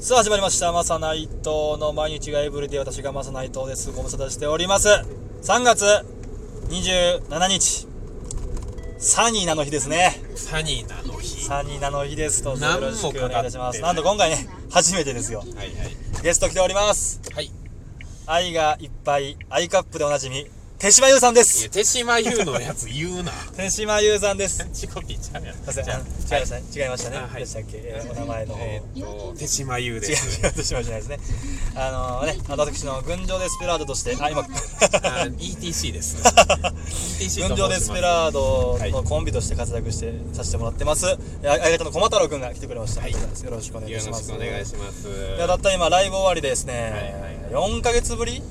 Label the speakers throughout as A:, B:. A: さあ始まりました「マサ内藤の毎日がエブリデイ」私がマサ内藤ですご無沙汰しております3月27日サニーナの日ですね
B: サニーなの日
A: サニーナの日ですどうぞよろしくお願いいたしますな
B: 何
A: んと
B: も
A: 今回ね初めてですよ
B: はいはい
A: ゲスト来ております
B: はい
A: 愛がいっぱい愛カップでおなじみ手島優さんで
B: いや
A: す
B: 手島優のやつ言 うな
A: 手島優さんです
B: チコピーちゃうやん
A: すいません
B: じゃ
A: あの違いましたね違いましたね
B: あはい
A: でしたっけえーお名前の
B: あ
A: 方
B: えーっと手島優
A: 違う
B: です
A: 違う手島優じゃないですねあのね私の群青デスペラードとしてあ今
B: あ ETC です ETC
A: 群
B: と
A: 青デ
B: 申
A: ス
B: しま
A: ペ
B: す
A: ラードのコンビとして活躍してさせてもらってます、えあ相方の駒太郎くんが来てくれました、
B: はい
A: よろしくお願い
B: よ
A: し
B: ろ
A: ま
B: し
A: す
B: くお願いします
A: いやだったら今ライブ終わりでです
B: はい
A: ね、
B: は
A: 4ヶ月ぶり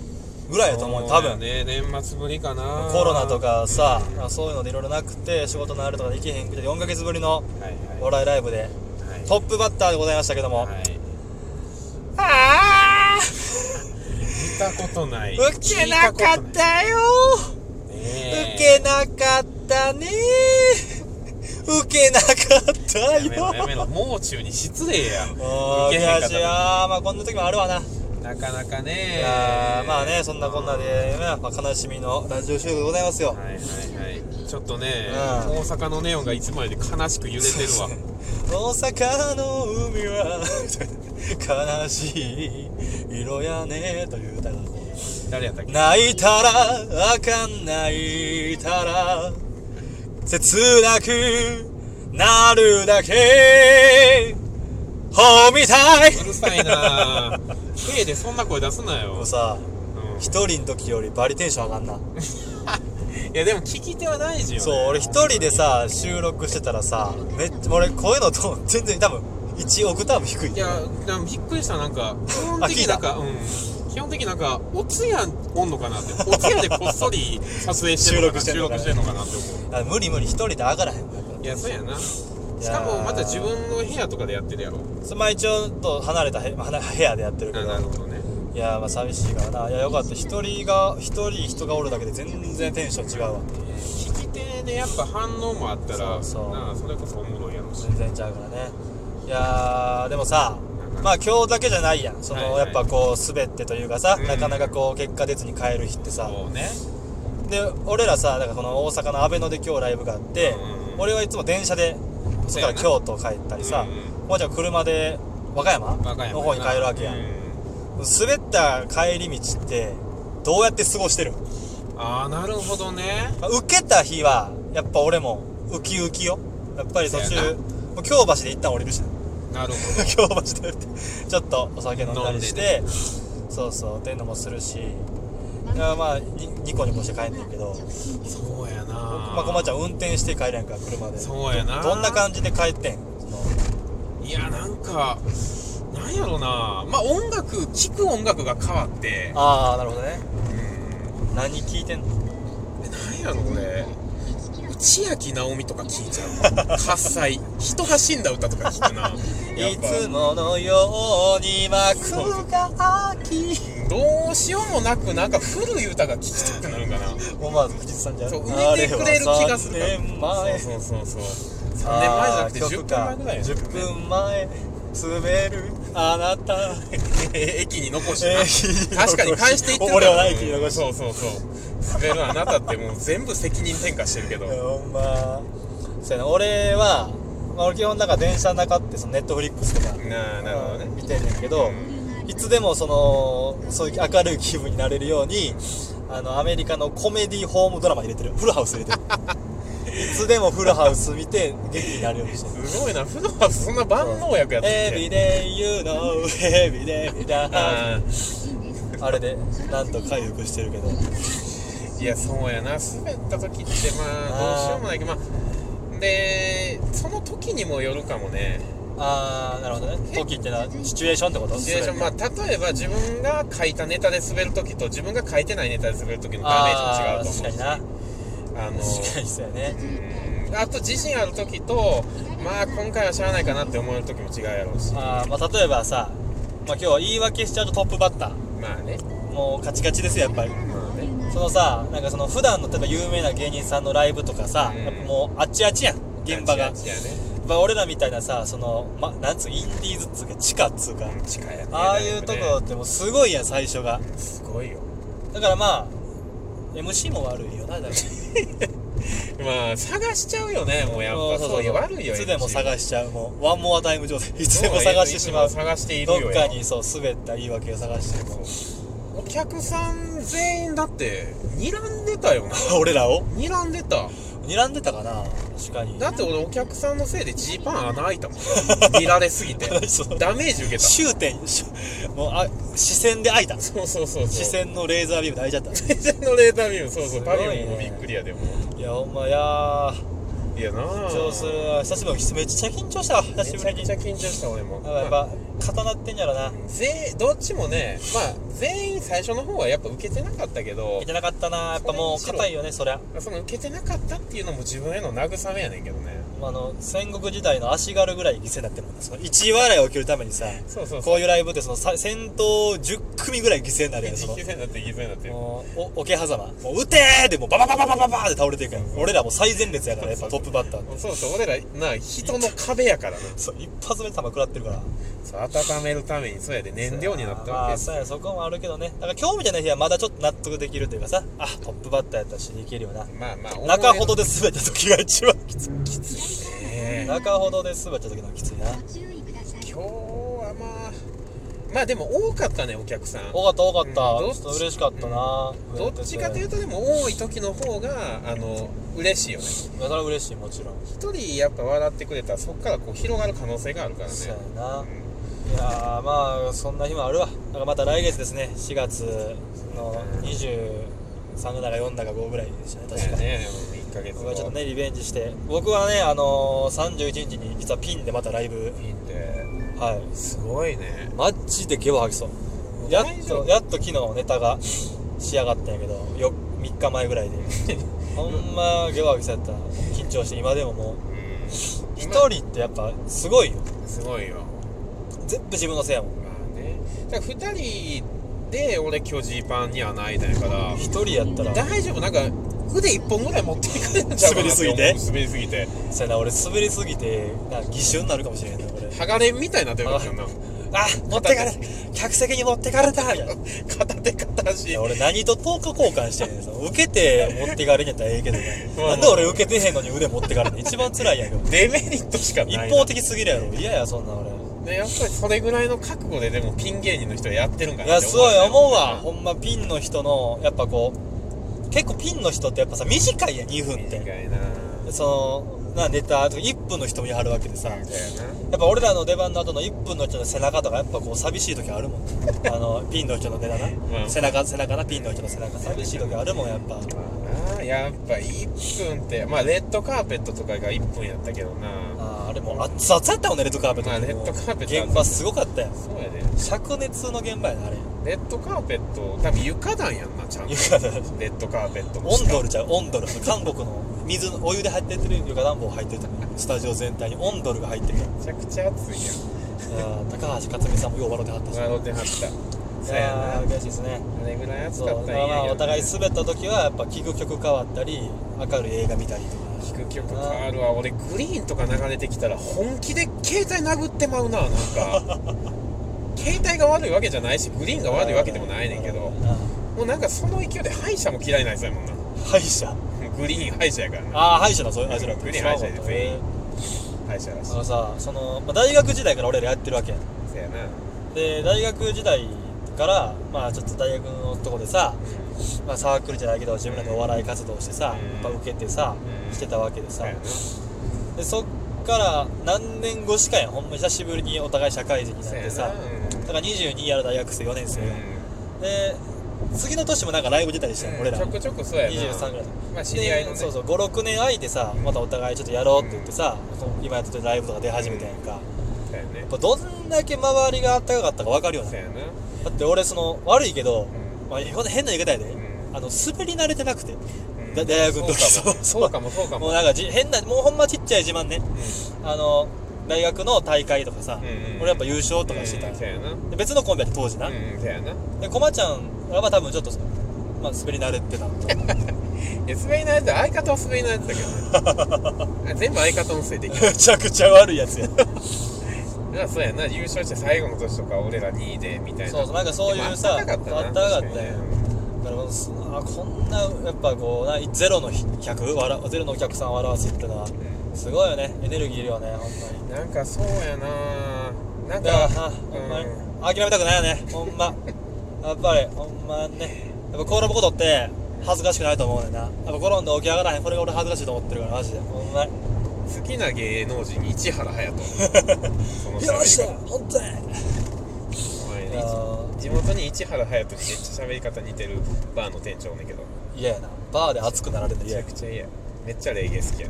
A: ぐらいだと思うよ多
B: そう
A: 分、
B: ね年末ぶりかな
A: コロナとかさ、まあそういうのでいろいろなくて仕事のあるとかできへんくて4ヶ月ぶりの
B: はいはい
A: お笑いライブで
B: はい
A: トップバッターでございましたけども、
B: はい
A: ああ
B: 見たことない
A: 受けなか
B: 聞い
A: った
B: こ
A: たよ
B: とない
A: 受
B: ね
A: け
B: え
A: なかったね受けなかった
B: やめろやめ
A: よ
B: ろもう中に失礼 や
A: あー
B: 受けへ
A: 悔
B: んかった
A: しいあーまあこんな時もあるわな、
B: なかなか
A: い
B: ね
A: やーまあねそんなこんなで、まあ、悲しみのラジオ収録でございますよ、
B: はいはいはいちょっとね、
A: うん
B: 大阪のネオンがいつもより悲しく揺れて るわ
A: 大阪の海は 悲しい色やねという歌が
B: 誰やったっけ
A: 泣いたらあかん泣いたら切なくなるだけほみたいう
B: るさいなぁ K でそんな声出すな
A: も
B: よ
A: う、さ
B: うん
A: 一人の時よりバリテンション上がんな、
B: いやでも聞き手は大事よ、ね、
A: そう俺一人でさ収録してたらさめっちゃ俺こういうのと 全然多分1オクターブ低い
B: いやなんかびっくりしたなんか基 本
A: あ
B: 的
A: 聞い
B: に
A: た
B: なんかうん基本的になんかお通夜おんのかなってお通夜でこっそり撮影してるのかな
A: 収
B: 収
A: 録
B: 録
A: し
B: してて
A: ん
B: んのかなって思
A: あ無理無理一人で上がらへんもんやっぱ
B: ういやそうやなしかもまた自分の部屋とかでやってるやろ
A: それまあ一応と離れたへ、まあ、離部屋でやってるけ
B: あ
A: ど
B: なるほどね
A: いやーまあ寂しいからないやよかった一人が一人人がおるだけで全然テンション違うわ
B: 聞き手でやっぱ反応もあったら
A: そうそう
B: なあそれこそおもろいやろし
A: 全然ちゃうからねいやーでもさ
B: うん
A: まあ今日だけじゃないやんその、
B: はいはい
A: やっぱこう滑ってというかさ、
B: うん
A: なかなかこう結果出ずに帰る日ってさ
B: そうね
A: で俺らさだからこの大阪の阿部野で今日ライブがあって、
B: うん
A: 俺はいつも電車でそ
B: そう
A: こか
B: や
A: ら
B: な
A: 京都帰ったりさ、
B: う
A: もうじゃん車で和歌山
B: 和歌山
A: の方に帰るわけやん、
B: うん
A: 滑った帰り道ってどうやって過ごしてる
B: ああなるほどね
A: まあ受けた日はやっぱ俺もウキウキよやっぱり途
B: そうや
A: 中
B: な
A: もう京橋で一旦降りるしな
B: なるほ
A: 京橋で降りてちょっとお酒飲んだりして
B: 飲ん
A: そうそうっていうのもするしいやまあにニコニコして帰んねんけど
B: どそうやな
A: まあこまちゃん運転して帰れんから車で
B: そうやな
A: どんな感じで帰ってんその
B: いやなんかなんやろなまあ音楽聴く音楽が変わって
A: ああなるほどね
B: うん
A: 何聞いてんの
B: えなんやろ俺内垣直美とか聴いちゃう8歳人が死んだ歌とか聴くなやっ
A: い
B: ぱ
A: つものように幕が開き
B: どうしようもなくなんか古い歌が聴きたくなるかな
A: 思わず口ずさんじゃう
B: そう埋めてくれる気がする
A: あれは3年前
B: そうそうそうそう3年前じゃ
A: あ
B: なくて10分前ぐらいやね
A: 10分前滑るあなた
B: 駅に残し
A: え
B: な
A: ー
B: 確かに返していってる
A: 俺は駅に残し
B: そうそうそう滑るあなたってもう全部責任転嫁してるけどはい
A: ほんまそうやな俺は、まあ、俺基本なんか電車の中ってそのネットフリックスとか
B: なあなるほどね
A: うん見てんねんけど、いつでもそのそういう明るい気分になれるようにあのアメリカのコメディホームドラマ入れてるフルハウス入れ てるいつでもフルハウス見て元気になるようにしてる
B: すごいなフロアスそんな万能 役やったっ
A: エビ
B: け
A: デイユーノーエビデイダー
B: あー
A: あれでなんと回復してるけど
B: いやそうやな滑った時ってまあどうしようもないけどまあでその時にもよるかもね
A: あーなるほどね時ってのはシチュエーションってこと
B: シチュエーションまあ例えば自分が書いたネタで滑る時と自分が書いてないネタで滑る時のダメージも違うと思うし
A: あー確か
B: あの
A: にな確かにそうやね
B: うんあと自信ある時とまあ今回はしゃあないかなって思える時も違うやろうし
A: あー、まあ、例えばさ、まあ、今日は言い訳しちゃうとトップバッター
B: まあね
A: もうカチカチですよやっぱり
B: まあね
A: そのさなんかその普段の例えば有名な芸人さんのライブとかさ、
B: うん
A: やっぱもうあっちあっちやん現場が
B: 違う違うね
A: まあ、俺らみたいなさその、ま、なんつうインディーズっつうか地下っつうか、
B: 地下やね
A: ああいうと
B: だい
A: こ
B: ぶね
A: ってもうすごいやん最初が
B: すごいよ
A: だからまあ MC も悪いよなだから
B: まあ探しちゃうよねもうやっぱそういう悪いよ
A: つでも探
B: し
A: しちゃうもうワンモアタイム状態いつでも探してしまう
B: 探しているよ
A: どっかにそう滑った言い訳を探しても
B: お客さん全員だって睨んでたよな
A: 俺らを
B: 睨んでた
A: 睨んでたかな確かに
B: だって俺お客さんのせいでジーパン穴開いたもん見られすぎて
A: そう
B: ダメージ受けた
A: 終点しもうあ視線で開いた
B: そうそうそうそう
A: 視線のレーザービームで開いちゃっ
B: 電車のレーダービューそうそ
A: す
B: う
A: ごい
B: パ
A: ね
B: ビオンもびっくりやでも
A: たいやほんまいやー
B: いやなあ
A: 緊張するわ久しぶりめっちゃ緊張したわ久し
B: め
A: ぶ
B: ちゃ
A: り
B: く
A: に
B: ちゃ緊張した俺も
A: やっ
B: まあ
A: ぱ固なってんやろな
B: 全どっちもねまあ全員最初の方はやっぱ受けてなかったけど
A: いてなかったなやっぱもう硬いよねそりゃ
B: その受けてなかったっていうのも自分への慰めやねんけどね
A: あの戦国時代の足軽ぐらい犠牲になってるもんなその1笑いを受けるためにさ
B: そうそうそう
A: こういうライブってそのさ戦闘10組ぐらい犠牲になるやんそ の
B: 犠牲になって犠牲になってる
A: もうお桶狭間もう撃てーでもうバババババババーって倒れていくやん俺らもう最前列やからやっぱトップバッター
B: そうそう俺らな人の壁やからな
A: そう一発目で弾食らってるから
B: そう温めるためにそうやで燃料になったわけ
A: ま
B: で
A: あ
B: す
A: そうやそこもあるけどねだから今日みたいな日はまだちょっと納得できるというかさあトップバッターやったら死にいけるよな
B: まあまあ
A: 中ほど
B: で
A: で滑った時が一番きつい
B: ね
A: 中ほどで滑った時の方がきついな
B: 今日はまあまあでも多かったねお客さん
A: 多かった多かった、
B: うんどっち
A: ちょっと嬉しかったな、
B: どっちかという
A: と
B: とでも多い時の方があの嬉しいよね
A: それは嬉しいもちろん、
B: 一人やっぱ笑ってくれたらそこからこう広がる可能性があるからね
A: そうやな、
B: うん
A: いやーまあそんな日もあるわだからまた来月ですね4月の23だか4だか5ぐらいでしたね
B: そう
A: 確
B: や
A: かに
B: ね1ヶ月
A: 僕は
B: 後
A: ちょっとねリベンジして僕はねあのー、31日に実はピンでまたライブ
B: いいんで
A: はい
B: すごいね
A: マジでゲボ吐きそうやっ
B: 大丈
A: と
B: 夫
A: やっと昨日ネタが仕上がったんやけどよ3日前ぐ らいでほんまゲボ吐きそうやった緊張して今でももう
B: うん
A: 一人ってやっぱすごいよ
B: すごいよ
A: 全部自分のせいやもん
B: まあねだから2人で俺今日ジーパンにはないだやから
A: 一人やったら
B: 大丈夫なんか腕1本ぐらい持っていかれるんちゃうかなって思う
A: 滑り
B: 滑りすぎて
A: そうやな俺滑りすぎてなんか義手になるかもしれへんな俺
B: 剥がれんみたいになってるかもしれんな
A: あ持ってかれ客席に持ってかれたみたいな
B: 片手片
A: い
B: 足
A: や俺何と等価交換してんねんその受けて持ってかれんやったらええ けど
B: ま
A: なな
B: あ
A: んで俺受けてへんのに腕持ってかれんの一番辛いやんけど
B: デメリットしか
A: 一
B: ないな
A: 方的すぎるやろ嫌やそんなん俺
B: ねやっぱりそれぐらいの覚悟ででもピン芸人の人はやってるんか
A: い
B: な
A: や
B: って
A: す
B: よ
A: ごい
B: ね
A: 思うわほんまピンの人のやっぱこう結構ピンの人ってやっぱさ短いやん2分っ
B: 短
A: て
B: いな
A: そのなネタとか1分の人もやるわけでさ
B: 短いな
A: やっぱ俺らの出番の後の1分の人の背中とかやっぱこう寂しい時ある もんあのピンの人の出だな、
B: うん
A: 背中背中なピンの人の背中寂しい時あるもんやっぱ
B: まあなやっぱ1分ってまあレッドカーペットとかが1分やったけどな
A: あーあれもう熱々やったもんねレッドカーペット
B: まあレッドカーペットは
A: 現場すごかったよ
B: そうやで
A: 灼熱の現場やなあれ
B: レッドカーペット多分床暖やんなちゃんと
A: 床暖
B: レッドカーペット
A: オンド
B: ル
A: ルちゃうオンドル韓国の水のお湯で入ってる床暖房入ってるとこスタジオ全体にオンドルが入ってるから
B: めちゃくちゃ暑いやん
A: いやー高橋克実さんもよう笑ってはったし
B: 笑うてはったそうやな
A: 嬉しいですね
B: あれぐらい暑
A: そう
B: か
A: だ
B: った
A: からら
B: いい
A: まあお互い
B: す
A: 滑った時はやっぱ聴く曲変わったり明るい映画見たりとか
B: 聴く曲変わるわ俺グリーンとか流れてきたら本気で携帯殴ってまう ななんか携帯が悪いわけじゃないしグリーンが悪いわけでもないねんけどもうなんかその勢いで歯医者も嫌いなやつやもんな
A: 歯医者
B: グリーン歯医者やからな
A: ああ歯医者だそういうあいつら
B: グリーン歯医者で全員歯医者らしい
A: あのさその、まあ、大学時代から俺らやってるわけやん
B: そやな
A: で大学時代からまあちょっと大学のとこでさ、まあ、サークルじゃないけど自分らでお笑い活動してさ、
B: うん
A: やっぱ受けてさ、
B: うん
A: してたわけでさ、
B: そうやな
A: でそっから何年越しかやんほんま久しぶりにお互い社会人になっ
B: そう
A: て
B: や
A: さ
B: なうん
A: だから22やる大学生4年生、
B: う
A: で次の年もなんかライブ出たりしてん、
B: ん
A: 俺ら
B: ちょくちょくそうやな
A: 23ぐらい
B: まあ知り合いのね
A: でそうそう56年空いてさまたお互いちょっとやろうって言ってさ、その今やってるライブとか出始めたやんか、
B: そうやね
A: やっぱどんだけ周りがあったかかったか分かるよ
B: そう
A: ね
B: やな
A: だって俺その悪いけど、
B: ん
A: まあ、こんな変な言い方やで、
B: ん
A: あの滑り慣れてなくて、
B: うん
A: だ大学の時
B: そうかもそうかもそうか
A: もう
B: も
A: なんかじ変なもうほんまちっちゃい自慢ねあの大学の大会とかさ、
B: うんうん
A: 俺やっぱ優勝とかしてた、
B: うんそうやな
A: で別のコンビやって当時な、
B: うんそうやな
A: でコマちゃんは多分ちょっとまあ滑り慣れてたのと
B: いいや滑りのやつだ相方は滑りのやつだけどねあ全部相方のせいできる
A: めちゃくちゃ悪いやつや
B: だからそうやな優勝して最後の年とか俺ら2位でみたいな
A: そうそうなんかそういうさ
B: でもあったかかったな
A: あったかかったよだからすあこんなやっぱこうなゼロの100わらゼロのお客さんを表すってのは
B: 確かに
A: すごいよねエネルギーいるよねほんまに
B: うんなんかそうやななん
A: だからあ
B: かうん
A: ほんまに諦めたくないよねほんまやっぱりほんまねやっぱ転ぶことって恥ずかしくないと思うねんなやっぱ転んで起き上がらへんこれが俺恥ずかしいと思ってるからマジでほんまに
B: 好きな芸能人に市原隼 人その喋り方
A: よっしゃほんとに
B: お前ね
A: いやー
B: 地元に市原隼人にめっちゃ喋り方似てるバーの店長ねんけど
A: 嫌やなバーで熱くなられて
B: めち
A: 嫌
B: ゃ
A: や
B: くちゃ嫌やめっちゃレゲエ好きや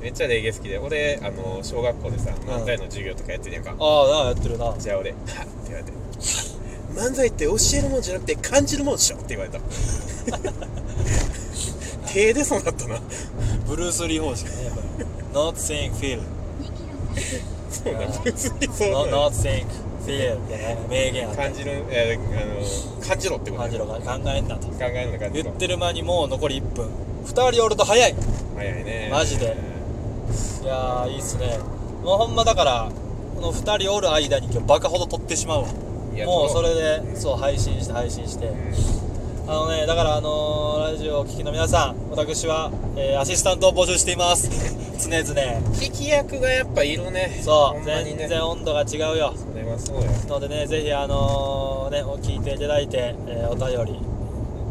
B: めっちゃレゲエ好きで俺あの小学校でさ漫才の授業とかやってるやんか、
A: ああなあやってるなあ
B: じゃあ俺「はっ」 って言われて「漫才って教えるもんじゃなくて感じるもんでしょ」って言 われた手でそうなったな
A: ブルース・リー方式ねやっぱり Not think feel
B: そうな
A: あー
B: 別にそう
A: Not,
B: な
A: not think feel ってね名言あって
B: 感じるえーあの感じろってこと
A: 感
B: ね
A: じ
B: 考
A: ろが考えんなと
B: えるの感じ
A: 言
B: ろ
A: ってる間にもう残り1分2人おると早い
B: 早いね
A: マジでいやーいいっすねもうほんまだからこの2人おる間に今日バカほど撮ってしまうわ
B: いや
A: もうそれ
B: うん
A: でそう配信して配信して
B: う
A: あのねだからあのーラジオをお聞きの皆さん私は、えーアシスタントを募集しています 常々
B: ん引き役がやっぱいるね
A: そ
B: ほ
A: うん
B: まに
A: 全
B: ね
A: 然温度が違うよ
B: それはそうや
A: のでねぜひあのーねお聞いていただいて、えーお便り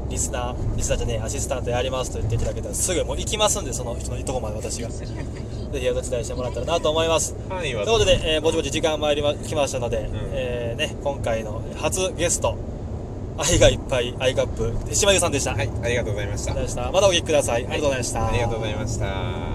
A: リスナーリスナーじゃねえアシスタントやりますと言っていただけたらすぐもう行きますんでその人のいとこまで私がぜひお手伝いしてもらったらなと思います
B: 範囲は
A: ということで、えーぼちぼち時間まいりま来ましたので、
B: ん
A: えーね、今回の初ゲスト愛がいっぱいアイカップ手島優さんでした、
B: はいありがとうございました
A: でしたまたお聞きください、ありがとうございました
B: ありがとうございました